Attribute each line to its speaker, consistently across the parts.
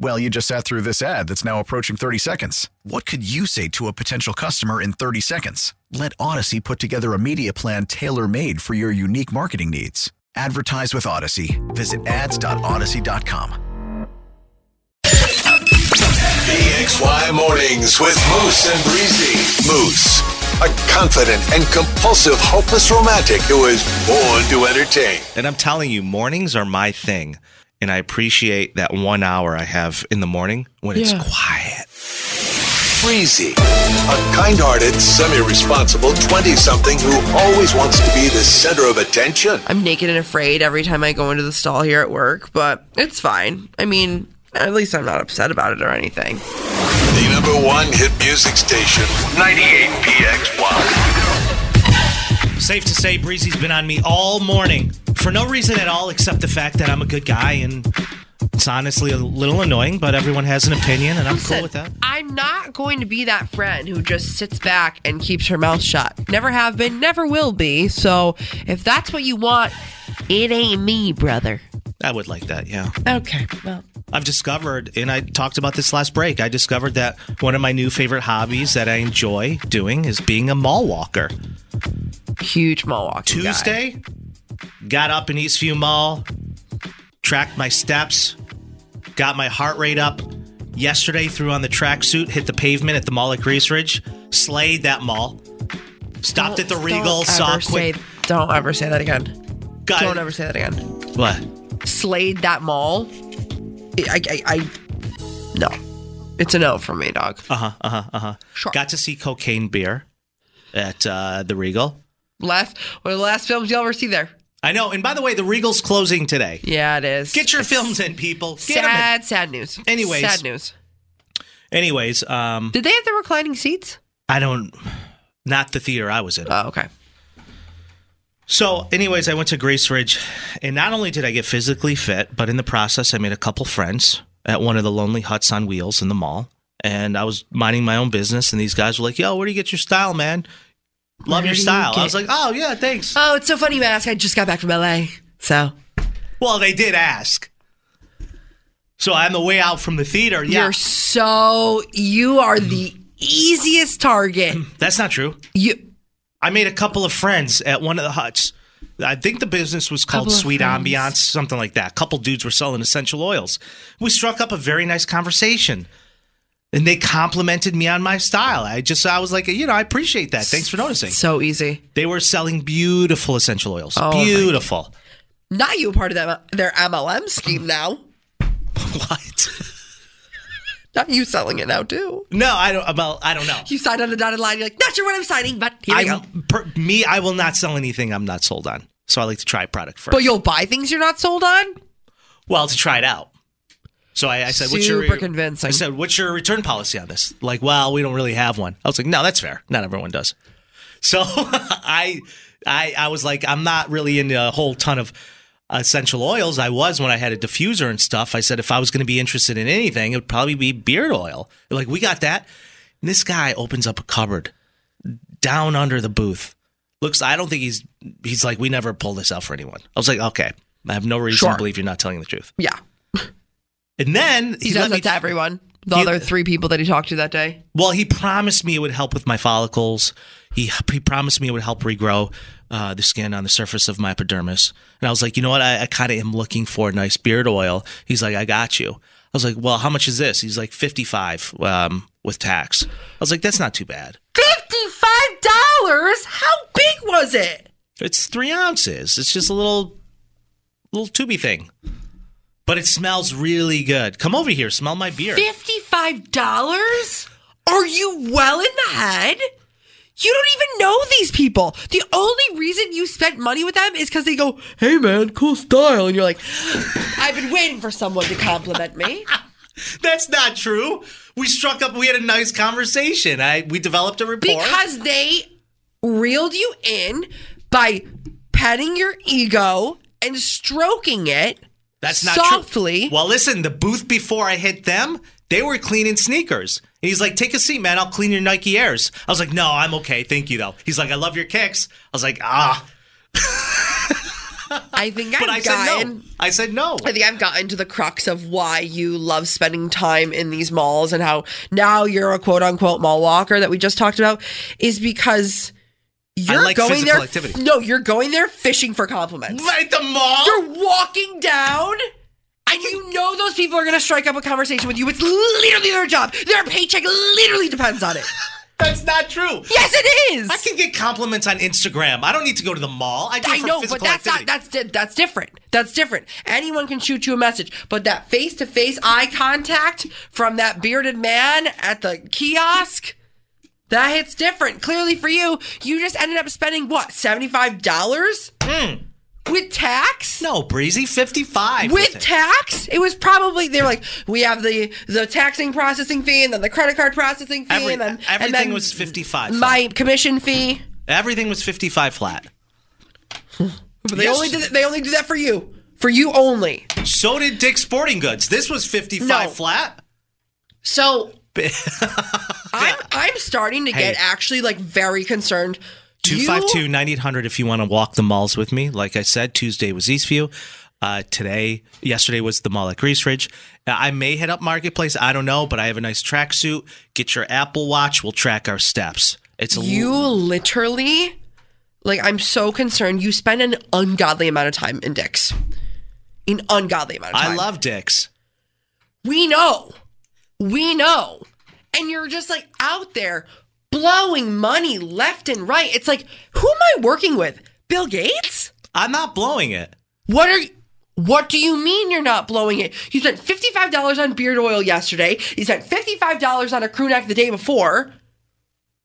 Speaker 1: Well, you just sat through this ad that's now approaching 30 seconds. What could you say to a potential customer in 30 seconds? Let Odyssey put together a media plan tailor made for your unique marketing needs. Advertise with Odyssey. Visit ads.odyssey.com.
Speaker 2: BXY E Mornings with Moose and Breezy. Moose, a confident and compulsive hopeless romantic who is born to entertain.
Speaker 3: And I'm telling you, mornings are my thing. And I appreciate that one hour I have in the morning when it's
Speaker 4: Yeah.
Speaker 3: quiet.
Speaker 2: Breezy, a kind hearted, semi responsible 20 something who always wants to be the center of attention.
Speaker 5: I'm naked and afraid every time I go into the stall here at work, but it's fine. I mean, at least I'm not upset about it or anything.
Speaker 2: The number one hit music station, 98 BXY.
Speaker 6: Safe to say, Breezy's been on me all morning for no reason at all except the fact that I'm a good guy and it's honestly a little annoying, but everyone has an opinion and I'm cool with that.
Speaker 5: I'm not going to be that friend who just sits back and keeps her mouth shut. Never have been, never will be. So if that's what you want, it ain't me, brother.
Speaker 6: I would like that, yeah.
Speaker 5: Okay, well,
Speaker 6: I've discovered, and I talked about this last break, I discovered that one of my new favorite hobbies that I enjoy doing is being a mall walker.
Speaker 5: huge mall walk.
Speaker 6: Tuesday, got up in Eastview Mall, tracked my steps, got my heart rate up. Yesterday, threw on the tracksuit, hit the pavement at the mall at Grease Ridge, slayed that mall. Stopped at the Regal, saw a
Speaker 5: Don't,
Speaker 6: quick.
Speaker 5: say, don't ever say that again.
Speaker 6: got-
Speaker 5: Don't ever say that again.
Speaker 6: What?
Speaker 5: Slayed that mall. I, I, I, no. It's a no from me, dog.
Speaker 6: Uh huh. Uh huh. Uh huh.
Speaker 5: Sure.
Speaker 6: Got to see Cocaine Beer at uh, the Regal.
Speaker 5: Last one of the last films you'll ever see there.
Speaker 6: I know. And by the way, the Regal's closing today.
Speaker 5: Yeah, it is.
Speaker 6: Get your
Speaker 5: It's
Speaker 6: films in, people. Get 'em in.
Speaker 5: sad, sad news.
Speaker 6: Anyways.
Speaker 5: sad news.
Speaker 6: Anyways, um,
Speaker 5: Did they have the reclining seats?
Speaker 6: I don't. Not the theater I was in.
Speaker 5: Oh, okay.
Speaker 6: So, anyways, I went to Grace Ridge, and not only did I get physically fit, but in the process, I made a couple friends at one of the lonely huts on wheels in the mall. And I was minding my own business, and these guys were like, "Yo, where do you get your style, man? Love
Speaker 5: Where
Speaker 6: your
Speaker 5: do you
Speaker 6: style." I
Speaker 5: get-
Speaker 6: was like, "Oh yeah, thanks."
Speaker 5: Oh, it's so funny you ask. I just got back from LA. So
Speaker 6: well, they did ask. So on the way out from the theater, yeah,
Speaker 5: you're so you are the easiest target.
Speaker 6: that's not true.
Speaker 5: You
Speaker 6: I made a couple of friends at one of the huts. I think the business was called
Speaker 5: Couple of
Speaker 6: Sweet
Speaker 5: friends.
Speaker 6: Ambiance, something like that. A couple dudes were selling essential oils. We struck up a very nice conversation. And they complimented me on my style. I just I was like, you know, I appreciate that. Thanks for noticing.
Speaker 5: so easy.
Speaker 6: They were selling beautiful essential oils.
Speaker 5: Oh, my-
Speaker 6: beautiful.
Speaker 5: Now you a part of that their MLM scheme now.
Speaker 6: What?
Speaker 5: Not you selling it now too.
Speaker 6: No, I don't well, I don't know.
Speaker 5: You signed on the dotted line. You're like, not sure what I'm signing, but here we
Speaker 6: I
Speaker 5: go.
Speaker 6: per, me I will not sell anything I'm not sold on. So I like to try a product first.
Speaker 5: But you'll buy things you're not sold on.
Speaker 6: Well, to try it out. So I, I said, "What's your
Speaker 5: Super convincing.
Speaker 6: I said, "What's your return policy on this?" Like, well, we don't really have one. I was like, "No, that's fair. Not everyone does." So I, I, I was like, "I'm not really into a whole ton of essential oils. I was when I had a diffuser and stuff. I said if I was going to be interested in anything, it would probably be beard oil. They're like, we got that." And this guy opens up a cupboard down under the booth. Looks, I don't think he's he's like, "We never pulled this out for anyone." I was like, "Okay." I have no reason
Speaker 5: Sure.
Speaker 6: to believe you're not telling the truth.
Speaker 5: Yeah,
Speaker 6: And then
Speaker 5: he,
Speaker 6: he, let
Speaker 5: does that
Speaker 6: me.
Speaker 5: to everyone. The other three people that he talked to that day.
Speaker 6: well, he promised me it would help with my follicles. He he promised me it would help regrow uh, the skin on the surface of my epidermis. And I was like, you know what? I, I kind of am looking for a nice beard oil. He's like, I got you. I was like, well, how much is this? He's like, fifty five um, with tax. I was like, that's not too bad.
Speaker 5: Fifty-five dollars. How big was it?
Speaker 6: It's three ounces. It's just a little little tubey thing. but it smells really good. Come over here, smell my beer.
Speaker 5: $55? Are you well in the head? You don't even know these people. The only reason you spent money with them is because they go, hey man, cool style. And you're like, I've been waiting for someone to compliment me.
Speaker 6: That's not true. We struck up. We had a nice conversation. I we developed a rapport.
Speaker 5: Because they reeled you in by petting your ego and stroking it.
Speaker 6: That's not
Speaker 5: softly.
Speaker 6: True. Well, listen. The booth before I hit them, they were cleaning sneakers. And he's like, "Take a seat, man. I'll clean your Nike Airs." I was like, "No, I'm okay. Thank you, though." He's like, "I love your kicks." I was like, "Ah."
Speaker 5: I think I've
Speaker 6: But I said
Speaker 5: gotten.
Speaker 6: no. I said no.
Speaker 5: I think I've gotten to the crux of why you love spending time in these malls and how now you're a quote unquote mall walker that we just talked about is because you're
Speaker 6: like
Speaker 5: going
Speaker 6: physical
Speaker 5: there.
Speaker 6: activity.
Speaker 5: No, you're going there fishing for compliments.
Speaker 6: At the mall.
Speaker 5: You're walking down and you know those people are going to strike up a conversation with you. It's literally their job. Their paycheck literally depends on it.
Speaker 6: That's not true.
Speaker 5: Yes, it is.
Speaker 6: I can get compliments on Instagram. I don't need to go to the mall. I do
Speaker 5: I
Speaker 6: it for
Speaker 5: know, but
Speaker 6: physical
Speaker 5: that's
Speaker 6: activity.
Speaker 5: not that's di- that's different. That's different. Anyone can shoot you a message, but that face to face eye contact from that bearded man at the kiosk that hits different. Clearly for you, you just ended up spending what seventy five dollars with tax.
Speaker 6: no breezy. Fifty-five
Speaker 5: With
Speaker 6: it.
Speaker 5: tax, it was probably they were like, we have the the taxing processing fee, and then the credit card processing fee,
Speaker 6: Every-
Speaker 5: and then
Speaker 6: everything
Speaker 5: and then
Speaker 6: was fifty-five.
Speaker 5: my commission fee.
Speaker 6: everything was fifty-five flat.
Speaker 5: But they
Speaker 6: Yes.
Speaker 5: only did they only do that for you, for you only.
Speaker 6: So did Dick's Sporting Goods. This was 55
Speaker 5: No.
Speaker 6: flat.
Speaker 5: So I'm I'm starting to get
Speaker 6: Hey.
Speaker 5: actually like very concerned. You-
Speaker 6: 252 9800 if you want to walk the malls with me. Like I said, Tuesday was Eastview. Uh, today, yesterday was the mall at Grease Ridge. Now, I may head up Marketplace. I don't know, but I have a nice tracksuit. Get your Apple Watch. We'll track our steps. It's a
Speaker 5: You literally like I'm so concerned. You spend an ungodly amount of time in dicks. An ungodly amount of time.
Speaker 6: I love Dick's.
Speaker 5: We know. We know. And you're just like out there blowing money left and right. It's like, who am I working with? Bill Gates?
Speaker 6: I'm not blowing it.
Speaker 5: What are what do you mean you're not blowing it? You spent $55 on beard oil yesterday. You spent $55 on a crew neck the day before.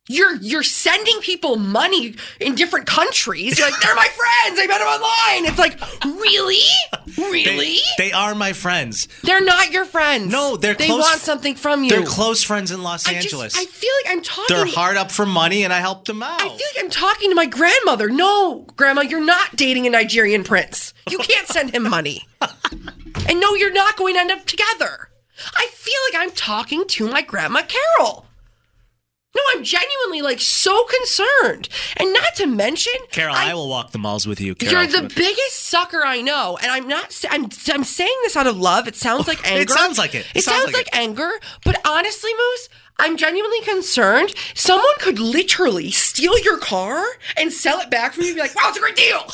Speaker 5: You're you're sending people money in different countries. You're like, they're my friends. I met them online. It's like, really?
Speaker 6: They-
Speaker 5: Really?
Speaker 6: They, are my friends.
Speaker 5: They, are not your friends.
Speaker 6: No, they're
Speaker 5: They
Speaker 6: close-
Speaker 5: want something from you.
Speaker 6: They're close friends in Los
Speaker 5: I just,
Speaker 6: Angeles.
Speaker 5: I feel like I'm talking
Speaker 6: They're hard up for money, and I helped them out.
Speaker 5: I feel like I'm talking to my grandmother. No, grandma, you're not dating a Nigerian prince. You can't send him money. and no, you're not going to end up together. I feel like I'm talking to my grandma Carol. No, I'm genuinely like so concerned. And not to mention,
Speaker 6: Carol, I, will walk the malls with you. Carol.
Speaker 5: You're the biggest sucker I know, and I'm not. sa- I'm I'm saying this out of love. It sounds like anger.
Speaker 6: sounds like it.
Speaker 5: It, sounds, like, anger. But honestly, Moose, I'm genuinely concerned. Someone could literally steal your car and sell it back from you, and be like, "Wow, it's a great deal."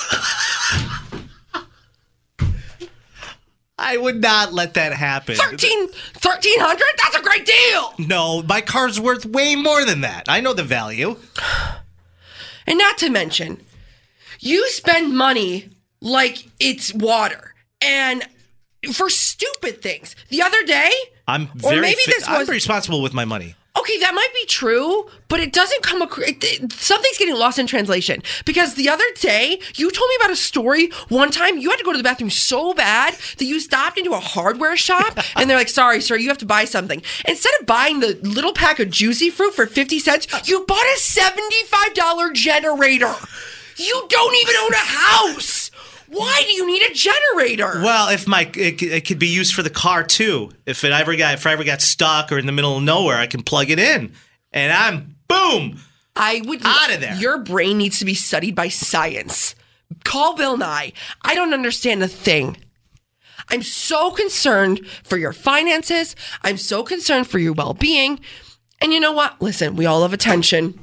Speaker 6: I would not let that happen.
Speaker 5: 13 1300 That's a great deal.
Speaker 6: No, my car's worth way more than that. I know the value.
Speaker 5: And not to mention, you spend money like it's water, and for stupid things. The other day,
Speaker 6: I'm
Speaker 5: or
Speaker 6: very.
Speaker 5: maybe
Speaker 6: fi-
Speaker 5: this
Speaker 6: I'm
Speaker 5: was
Speaker 6: responsible with my money.
Speaker 5: Okay, that might be true, but it doesn't come across. Something's getting lost in translation because the other day you told me about a story. One time you had to go to the bathroom so bad that you stopped into a hardware shop and they're like, "Sorry, sir, you have to buy something." Instead of buying the little pack of juicy fruit for fifty cents, you bought a seventy-five dollar generator. You don't even own a house. Why do you need a generator?
Speaker 6: Well, if my it, c- it could be used for the car too. If it ever got if I ever got stuck or in the middle of nowhere, I can plug it in, and I'm boom.
Speaker 5: I would
Speaker 6: Outta there.
Speaker 5: Your brain needs to be studied by science. Call Bill Nye. I don't understand a thing. I'm so concerned for your finances. I'm so concerned for your well being. And you know what? Listen, we all love attention.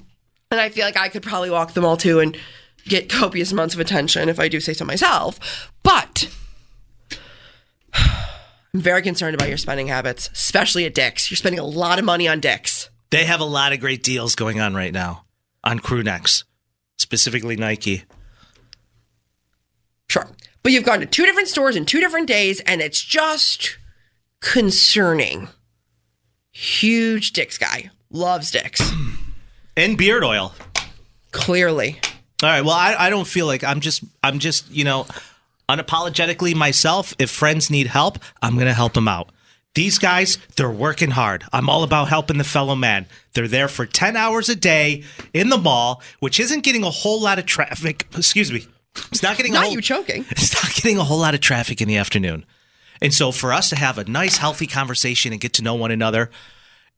Speaker 5: And I feel like I could probably walk them all too and get copious amounts of attention if I do say so myself. But I'm very concerned about your spending habits, especially at Dick's. You're spending a lot of money on Dick's.
Speaker 6: They have a lot of great deals going on right now on crew necks, specifically Nike.
Speaker 5: Sure. But you've gone to two different stores in two different days, and it's just concerning. Huge dicks guy. Loves dicks.
Speaker 6: And beard oil.
Speaker 5: Clearly.
Speaker 6: All right. Well, I, I don't feel like I'm just I'm just you know unapologetically myself. If friends need help, I'm gonna help them out. These guys, they're working hard. I'm all about helping the fellow man. They're there for ten hours a day in the mall, which isn't getting a whole lot of traffic. Excuse me. It's not getting a
Speaker 5: Not
Speaker 6: whole,
Speaker 5: you choking.
Speaker 6: It's not getting a whole lot of traffic in the afternoon. And so for us to have a nice, healthy conversation and get to know one another,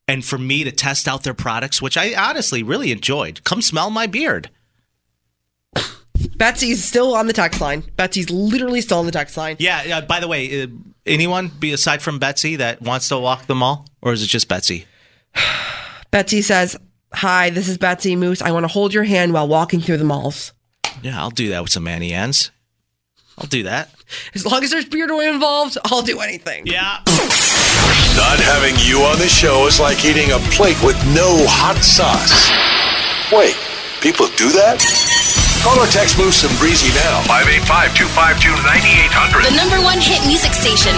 Speaker 6: and for me to test out their products, which I honestly really enjoyed. Come smell my beard.
Speaker 5: Betsy's still on the text line. Betsy's literally still on the text line.
Speaker 6: Yeah. yeah by the way, uh, anyone be aside from Betsy that wants to walk the mall, or is it just Betsy?
Speaker 5: Betsy says, Hi, this is Betsy Moose. I want to hold your hand while walking through the malls.
Speaker 6: Yeah, I'll do that with some Annie Ann's. I'll do that.
Speaker 5: As long as there's beard oil involved, I'll do anything.
Speaker 6: Yeah.
Speaker 2: Not having you on the show is like eating a plate with no hot sauce. Wait, people do that? Call or text Moose and Breezy now.
Speaker 7: 585 252
Speaker 8: The
Speaker 7: 9800.
Speaker 8: number one hit music station,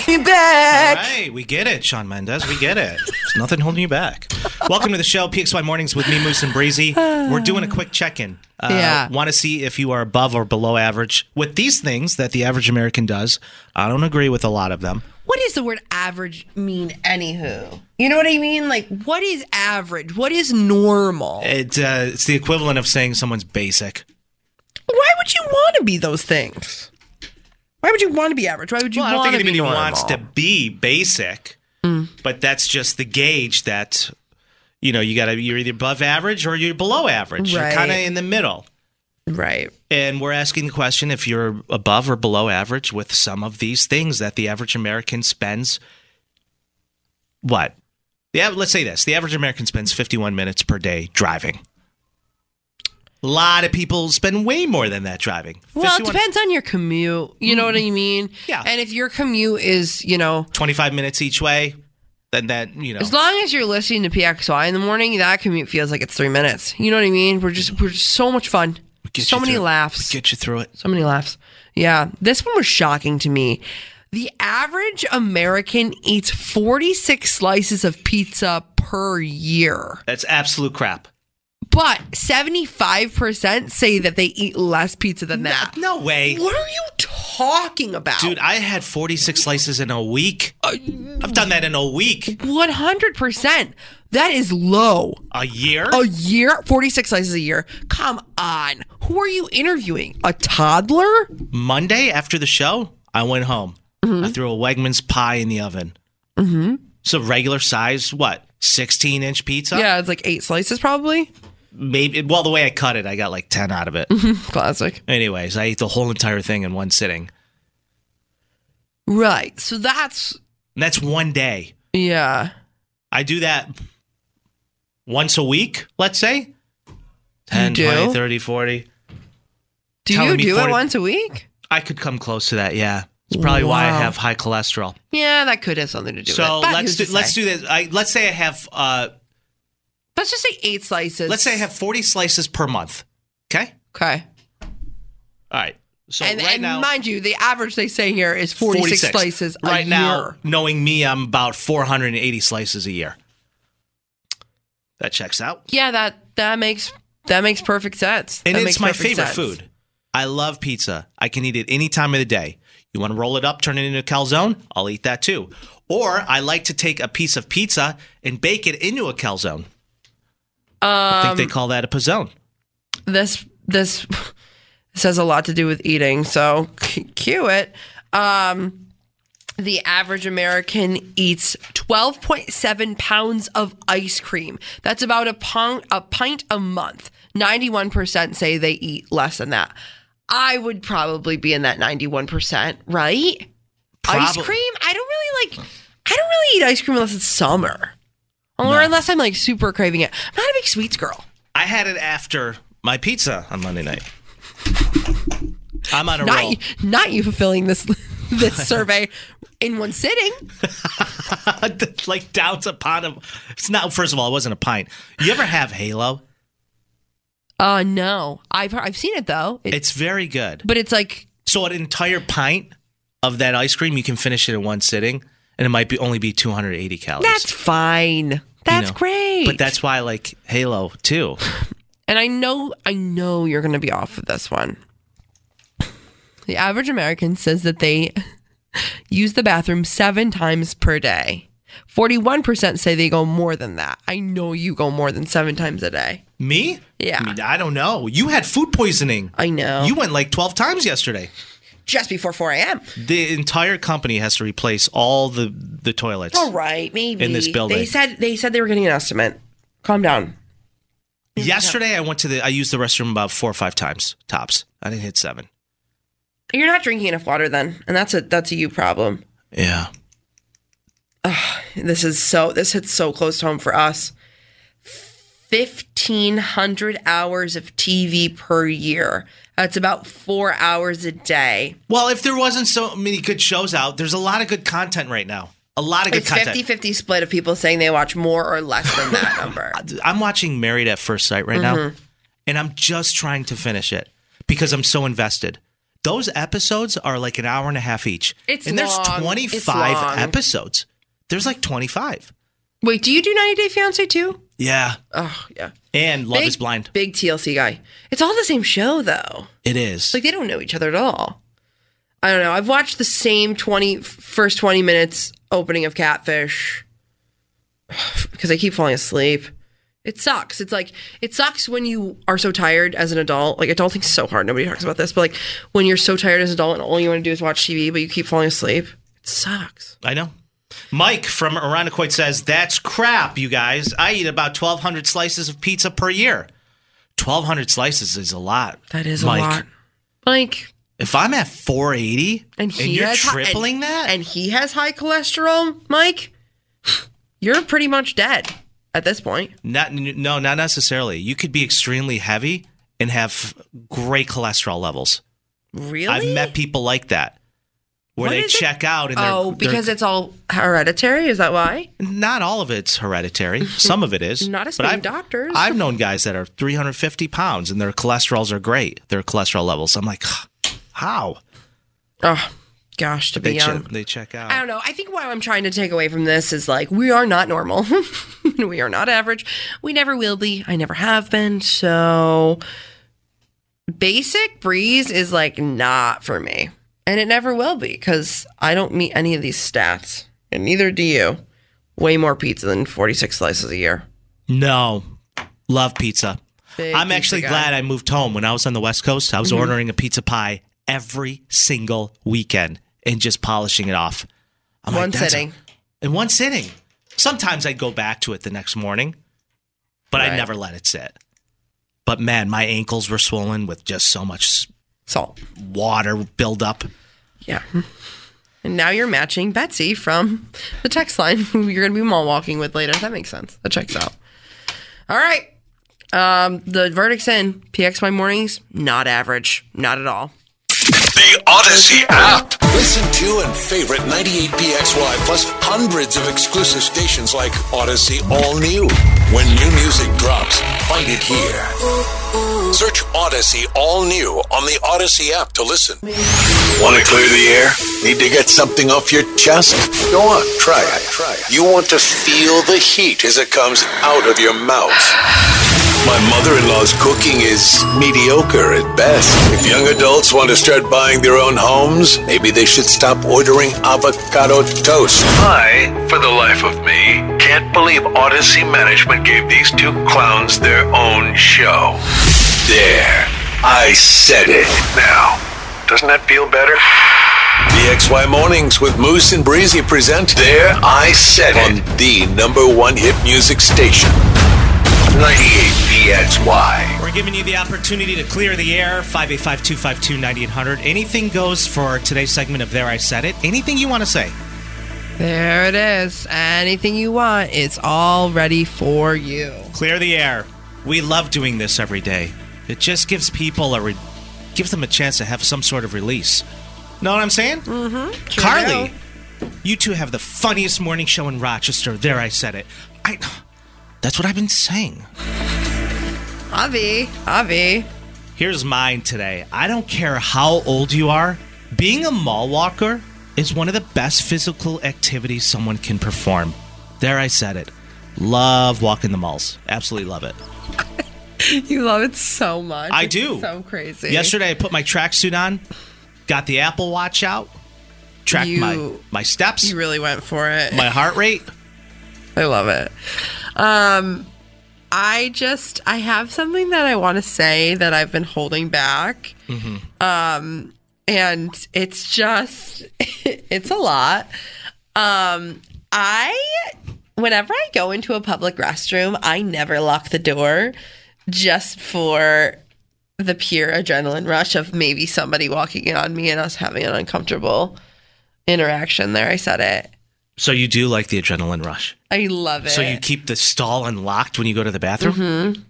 Speaker 8: 98PXY.
Speaker 5: Be back.
Speaker 6: Hey, we get it, Sean Mendez. We get it. There's nothing holding you back. Welcome to the show, PXY Mornings with me, Moose and Breezy. We're doing a quick check-in. Uh,
Speaker 5: Yeah.
Speaker 6: Want to see if you are above or below average with these things that the average American does. I don't agree with a lot of them.
Speaker 5: What does the word average mean, anywho? You know what I mean? Like, what is average? What is normal?
Speaker 6: It, uh, it's the equivalent of saying someone's basic.
Speaker 5: Why would you want to be those things? Why would you want to be average? Why would you
Speaker 6: Well, I don't
Speaker 5: want
Speaker 6: think
Speaker 5: to be Mm.
Speaker 6: anybody
Speaker 5: normal?
Speaker 6: wants to be basic, but that's just the gauge that you know you got to. You're either above average or you're below average. You're
Speaker 5: Right.
Speaker 6: kind of in the middle.
Speaker 5: Right.
Speaker 6: And we're asking the question if you're above or below average with some of these things that the average American spends. What? Yeah, let's say this: the average American spends 51 minutes per day driving. A lot of people spend way more than that driving.
Speaker 5: Well, it
Speaker 6: 51
Speaker 5: depends on your commute. You know what I mean?
Speaker 6: Mm. Yeah.
Speaker 5: And if your commute is, you know,
Speaker 6: 25 minutes each way. Then that you know.
Speaker 5: as long as you're listening to PXY in the morning, that commute feels like it's three minutes. You know what I mean? We're just we're just so much fun.
Speaker 6: Get
Speaker 5: So
Speaker 6: you
Speaker 5: many
Speaker 6: through it.
Speaker 5: laughs.
Speaker 6: Get you through it.
Speaker 5: So many laughs. Yeah. This one was shocking to me. The average American eats 46 slices of pizza per year,
Speaker 6: That's absolute crap.
Speaker 5: but 75% say that they eat less pizza than that.
Speaker 6: No way.
Speaker 5: What are you talking about?
Speaker 6: Dude, I had 46 slices in a week. I've done that in a week.
Speaker 5: 100%. That is low.
Speaker 6: A year?
Speaker 5: A year? 46 slices a year. Come on. Who are you interviewing? A toddler?
Speaker 6: Monday after the show, I went home.
Speaker 5: Mm-hmm.
Speaker 6: I threw a Wegman's pie in the oven. Mm-hmm. So regular size, what? 16 inch pizza?
Speaker 5: Yeah, it's like eight slices probably.
Speaker 6: Maybe. Well, the way I cut it, I got like 10 out of it.
Speaker 5: Mm-hmm. Classic.
Speaker 6: Anyways, I ate the whole entire thing in one sitting.
Speaker 5: Right. So that's,
Speaker 6: And that's one day.
Speaker 5: yeah.
Speaker 6: I do that once a week, let's say. 10,
Speaker 5: do?
Speaker 6: 20, 30, 40.
Speaker 5: Do
Speaker 6: Telling
Speaker 5: you
Speaker 6: me
Speaker 5: do
Speaker 6: 40
Speaker 5: it once a week?
Speaker 6: I could come close to that. Yeah, it's probably why I
Speaker 5: Wow.
Speaker 6: have high cholesterol.
Speaker 5: Yeah, that could have something to do
Speaker 6: so
Speaker 5: with it. But
Speaker 6: let's
Speaker 5: who's
Speaker 6: do,
Speaker 5: to
Speaker 6: let's
Speaker 5: say?
Speaker 6: do this. I, let's say I have uh,
Speaker 5: Let's just say eight slices.
Speaker 6: let's say I have forty slices per month. Okay.
Speaker 5: Okay.
Speaker 6: All right. So
Speaker 5: and
Speaker 6: right
Speaker 5: and
Speaker 6: now,
Speaker 5: mind you, the average they say here is 46, slices a
Speaker 6: Right now,
Speaker 5: year.
Speaker 6: knowing me, I'm about four hundred and eighty slices a year. That checks out.
Speaker 5: Yeah, that that makes that makes perfect sense.
Speaker 6: And
Speaker 5: That
Speaker 6: it's
Speaker 5: makes
Speaker 6: my
Speaker 5: perfect
Speaker 6: favorite
Speaker 5: sense.
Speaker 6: food. I love pizza. I can eat it any time of the day. You want to roll it up, turn it into a calzone? I'll eat that too. Or I like to take a piece of pizza and bake it into a calzone. I think
Speaker 5: Um,
Speaker 6: they call that a pizzone.
Speaker 5: This this this has a lot to do with eating, so c- cue it. Um, the average American eats 12.7 pounds of ice cream. That's about a pound, a pint a month. 91% say they eat less than that. I would probably be in that 91%, right? ice
Speaker 6: Probab-
Speaker 5: cream? I don't really like. I don't really eat ice cream unless it's summer, or unless I'm like super craving it. I'm not a big sweets girl.
Speaker 6: I had it after my pizza on Monday night. I'm on a
Speaker 5: not
Speaker 6: roll.
Speaker 5: you, not you fulfilling this this survey in one sitting.
Speaker 6: like down to pint of. It's not. First of all, it wasn't a pint. You ever have Halo?
Speaker 5: Uh no, I've heard, I've seen it though, It-
Speaker 6: It's very good.
Speaker 5: but it's like
Speaker 6: So an entire pint of that ice cream, you can finish it in one sitting, and it might be only be 280 calories.
Speaker 5: That's fine. That's
Speaker 6: you know?
Speaker 5: great.
Speaker 6: But that's why I like Halo too.
Speaker 5: and I know I know you're going to be off with this one. The average American says that they use the bathroom 7 times per day. 41% say they go more than that. I know you go more than 7 times a day.
Speaker 6: Me?
Speaker 5: Yeah.
Speaker 6: I, mean, I don't know. You had food poisoning.
Speaker 5: I know.
Speaker 6: You went like 12 times yesterday.
Speaker 5: just before 4 a.m.
Speaker 6: The entire company has to replace all the the toilets.
Speaker 5: All right, maybe.
Speaker 6: In this building.
Speaker 5: They said they said they were getting an estimate. Calm down.
Speaker 6: Yesterday, I went to the. I used the restroom about four or five times tops. I didn't hit seven.
Speaker 5: You're not drinking enough water then, and that's a that's a you problem.
Speaker 6: Yeah.
Speaker 5: This is so this hits so close to home for us. Fifteen hundred hours of TV per year. That's about four hours a day.
Speaker 6: Well, if there wasn't so many good shows out, there's a lot of good content right now. A lot of good
Speaker 5: It's
Speaker 6: content.
Speaker 5: 50-50 split of people saying they watch more or less than that number.
Speaker 6: I'm watching Married at First Sight right now,
Speaker 5: Mm-hmm.
Speaker 6: and I'm just trying to finish it because I'm so invested. Those episodes are like an hour and a half each.
Speaker 5: It's
Speaker 6: and there's
Speaker 5: long. It's
Speaker 6: 25
Speaker 5: long.
Speaker 6: episodes. There's like 25.
Speaker 5: Wait, do you do 90 Day Fiance too?
Speaker 6: Yeah.
Speaker 5: Oh yeah.
Speaker 6: And Love
Speaker 5: big,
Speaker 6: is Blind.
Speaker 5: Big TLC guy. It's all the same show though.
Speaker 6: It is.
Speaker 5: Like they don't know each other at all. I don't know. I've watched the same 20 first 20 minutes opening of Catfish because I keep falling asleep. It sucks. It's like it sucks when you are so tired as an adult. Like adulting's so hard. Nobody talks about this, but like when you're so tired as an adult and all you want to do is watch TV, but you keep falling asleep. It sucks.
Speaker 6: I know. Mike from Aranacoit says, That's crap, you guys. I eat about 1,200 slices of pizza per year. 1,200 slices is a lot.
Speaker 5: That is
Speaker 6: Mike.
Speaker 5: a lot. Like
Speaker 6: If I'm at 480
Speaker 5: and he
Speaker 6: you're
Speaker 5: has hi- and-
Speaker 6: tripling that,
Speaker 5: and he has high cholesterol, Mike, you're pretty much dead at this point.
Speaker 6: Not no, not necessarily. You could be extremely heavy and have great cholesterol levels.
Speaker 5: Really?
Speaker 6: I've met people like that where
Speaker 5: What
Speaker 6: they
Speaker 5: is it?
Speaker 6: check out and they're
Speaker 5: Oh,
Speaker 6: they're-
Speaker 5: because it's all hereditary. Is that why?
Speaker 6: not all of it's hereditary. Some of it is.
Speaker 5: Not as
Speaker 6: But
Speaker 5: many
Speaker 6: I've-
Speaker 5: doctors.
Speaker 6: I've known guys that are 350 pounds and their cholesterols are great. Their cholesterol levels. I'm like, how?
Speaker 5: Oh, gosh, to be
Speaker 6: They
Speaker 5: young.
Speaker 6: check, they check out.
Speaker 5: I don't know. I think what I'm trying to take away from this is like we are not normal. we are not average. We never will be. I never have been. So basic breeze is like not for me. And it never will be cuz I don't meet any of these stats and neither do you. Way more pizza than 46 slices a year.
Speaker 6: No, love pizza.
Speaker 5: Big
Speaker 6: I'm
Speaker 5: pizza
Speaker 6: actually
Speaker 5: guy.
Speaker 6: glad I moved home. When I was on the West Coast, I was ordering a pizza pie every single weekend and just polishing it off. I'm like,
Speaker 5: One
Speaker 6: "That's a-"
Speaker 5: sitting.
Speaker 6: in one sitting. Sometimes I'd go back to it the next morning, but I
Speaker 5: Right.
Speaker 6: never let it sit. But man, my ankles were swollen with just so much
Speaker 5: Salt.
Speaker 6: water buildup.
Speaker 5: Yeah. And now you're matching Betsy from the text line, who you're going to be mall walking with later. That makes sense. That checks out. All right. Um, the verdict's in. PXY mornings, not average. Not at all.
Speaker 2: The Odyssey app. Listen to and favorite 98PXY plus hundreds of exclusive stations like Odyssey All New. When new music drops, find it here. Search Odyssey All New on the Odyssey app to listen. Want to clear the air? Need to get something off your chest? Go on, try it. You want to feel the heat as it comes out of your mouth. My mother in law's cooking is mediocre at best. If young adults want to start buying their own homes, maybe they should stop ordering avocado toast. I, for the life of me, can't believe Odyssey Management gave these two clowns their own show. There, I said it. Now, doesn't that feel better? BXY Mornings with Moose and Breezy present There I Said It on the number one hit music station. 98PXY.
Speaker 6: We're giving you the opportunity to clear the air. 585 252 9800. Anything goes for today's segment of There I Said It. Anything you want to say.
Speaker 5: There it is. Anything you want, it's all ready for you.
Speaker 6: Clear the air. We love doing this every day. It just gives people a re- gives them a chance to have some sort of release. Know what I'm saying? Mm-hmm. Carly, you two have the funniest morning show in Rochester. There, I said it. I. That's what I've been saying.
Speaker 5: Avi, Avi,
Speaker 6: Here's mine today. I don't care how old you are, being a mall walker is one of the best physical activities someone can perform. There, I said it. Love walking the malls. Absolutely love it.
Speaker 5: You love it so much.
Speaker 6: I
Speaker 5: It's
Speaker 6: do.
Speaker 5: So crazy.
Speaker 6: Yesterday, I put my tracksuit on, got the Apple Watch out, tracked my,
Speaker 5: You-
Speaker 6: my steps,
Speaker 5: You really went for it.
Speaker 6: my heart rate.
Speaker 5: I love it. Um, I just I have something that I want to say that I've been holding back.
Speaker 6: Mm-hmm.
Speaker 5: Um, and it's just it's a lot. Um, I whenever I go into a public restroom, I never lock the door just for the pure adrenaline rush of maybe somebody walking in on me and us having an uncomfortable interaction. There, I said it.
Speaker 6: So, you do like the adrenaline rush.
Speaker 5: I love it.
Speaker 6: So, you keep the stall unlocked when you go to the bathroom?
Speaker 5: Mm-hmm.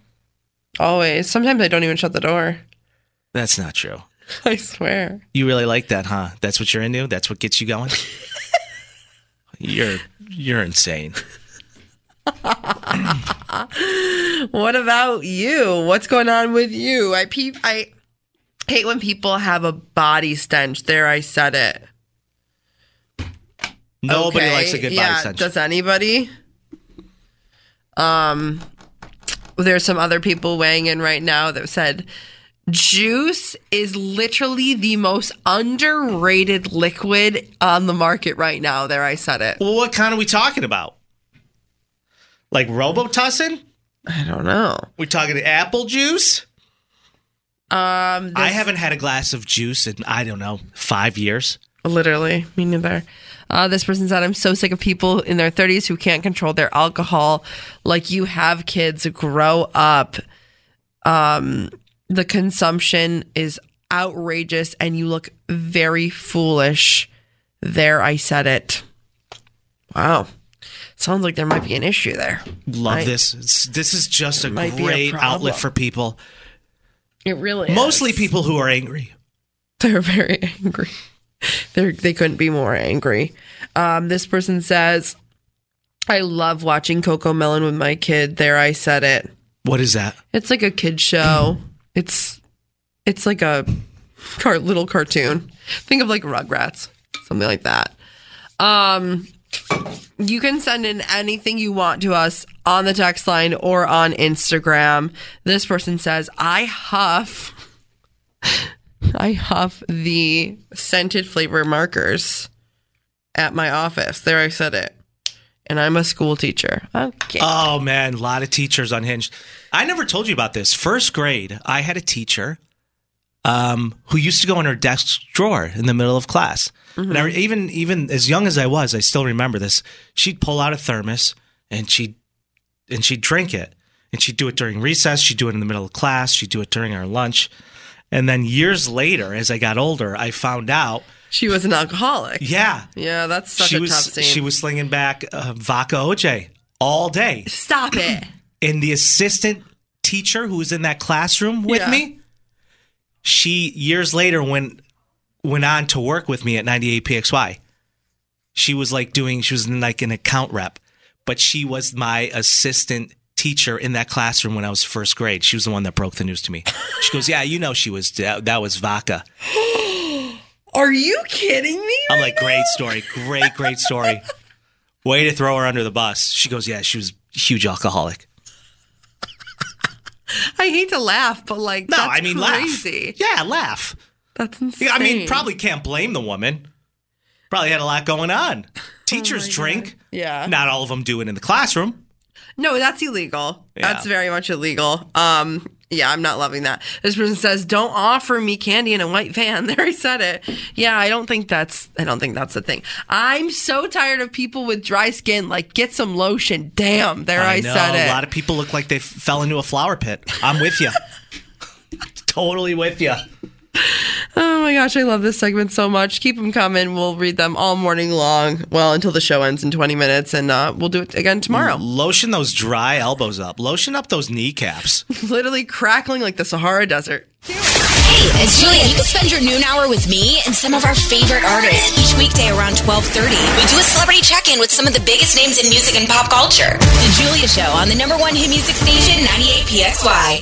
Speaker 5: Always. Sometimes I don't even shut the door.
Speaker 6: That's not true.
Speaker 5: I swear.
Speaker 6: You really like that, huh? That's what you're into? That's what gets you going? you're you're insane.
Speaker 5: What about you? What's going on with you? I peep. I hate when people have a body stench. There, I said it.
Speaker 6: Nobody
Speaker 5: Okay,
Speaker 6: likes a good
Speaker 5: yeah,
Speaker 6: body stench.
Speaker 5: Does anybody? Um, there's some other people weighing in right now that said juice is literally the most underrated liquid on the market right now. There, I said it.
Speaker 6: well, what kind are we talking about? Like Robitussin?
Speaker 5: I don't know.
Speaker 6: We talking apple juice? I
Speaker 5: Um, this-
Speaker 6: haven't had a glass of juice in I don't know five years.
Speaker 5: Literally, me neither. Uh, this person said, I'm so sick of people in their 30s who can't control their alcohol. Like, you have kids, grow up. Um, the consumption is outrageous and you look very foolish. There, I said it. Wow. Sounds like there might be an issue there.
Speaker 6: Love
Speaker 5: Right.
Speaker 6: this. It's- this is just a
Speaker 5: might be a
Speaker 6: great
Speaker 5: problem.
Speaker 6: outlet for people.
Speaker 5: It really
Speaker 6: Mostly people who are angry.
Speaker 5: They're very angry. They're, they couldn't be more angry. Um, this person says, I love watching Coco Melon with my kid. There, I said it.
Speaker 6: What is that?
Speaker 5: It's like a kid show. It's it's like a car- little cartoon. Think of like Rugrats, something like that. Um, you can send in anything you want to us on the text line or on Instagram. This person says, "I huff." I huff the scented flavor markers at my office. There, I said it. And I'm a school teacher. Okay.
Speaker 6: Oh man, a lot of teachers unhinged. I never told you about this. First grade, I had a teacher um, who used to go in her desk drawer in the middle of class. And
Speaker 5: Mm-hmm.
Speaker 6: I, even even as young as I was, I still remember this. She'd pull out a thermos and she and she'd drink it. And she'd do it during recess. She'd do it in the middle of class. She'd do it during our lunch. And then years later, as I got older, I found out.
Speaker 5: she was an alcoholic.
Speaker 6: Yeah,
Speaker 5: Yeah, that's such
Speaker 6: she
Speaker 5: a
Speaker 6: was
Speaker 5: tough scene.
Speaker 6: she was slinging back uh, vodka OJ all day.
Speaker 5: Stop it.
Speaker 6: and the assistant teacher who was in that classroom with
Speaker 5: Yeah.
Speaker 6: me she years later went went on to work with me at 98 pxy she was like doing she was like an account rep but she was my assistant teacher in that classroom when i was first grade she was the one that broke the news to me she goes yeah you know she was that, that was vodka
Speaker 5: Are you kidding me?
Speaker 6: i'm like great story great great story way to throw her under the bus she goes yeah she was a huge alcoholic
Speaker 5: I hate to laugh, but like,
Speaker 6: no
Speaker 5: that's
Speaker 6: i mean
Speaker 5: crazy.
Speaker 6: laugh yeah laugh
Speaker 5: That's insane.
Speaker 6: Yeah, I mean, probably can't blame the woman. Probably had a lot going on. Teachers drink.
Speaker 5: Oh Yeah.
Speaker 6: Not all of them do it in the classroom.
Speaker 5: No, that's illegal.
Speaker 6: Yeah.
Speaker 5: That's very much illegal. Um, yeah, I'm not loving that. This person says, "Don't offer me candy in a white van." There, I said it. Yeah, I don't think that's. I don't think that's the thing. I'm so tired of people with dry skin. Like, get some lotion. Damn. There, I,
Speaker 6: know
Speaker 5: said it.
Speaker 6: a lot of people look like they f- fell into a flower pit. I'm with you. totally with you.
Speaker 5: Oh my gosh, I love this segment so much. Keep them coming. We'll read them all morning long. Well, until the show ends in 20 minutes, and uh, we'll do it again tomorrow.
Speaker 6: Lotion those dry elbows up. Lotion up those kneecaps.
Speaker 5: Literally crackling like the Sahara Desert.
Speaker 8: Hey, it's Julia. You can spend your noon hour with me and some of our favorite artists each weekday around 12:30. We do a celebrity check-in with some of the biggest names in music and pop culture. The Julia Show on the number 1 hit music station 98 PXY.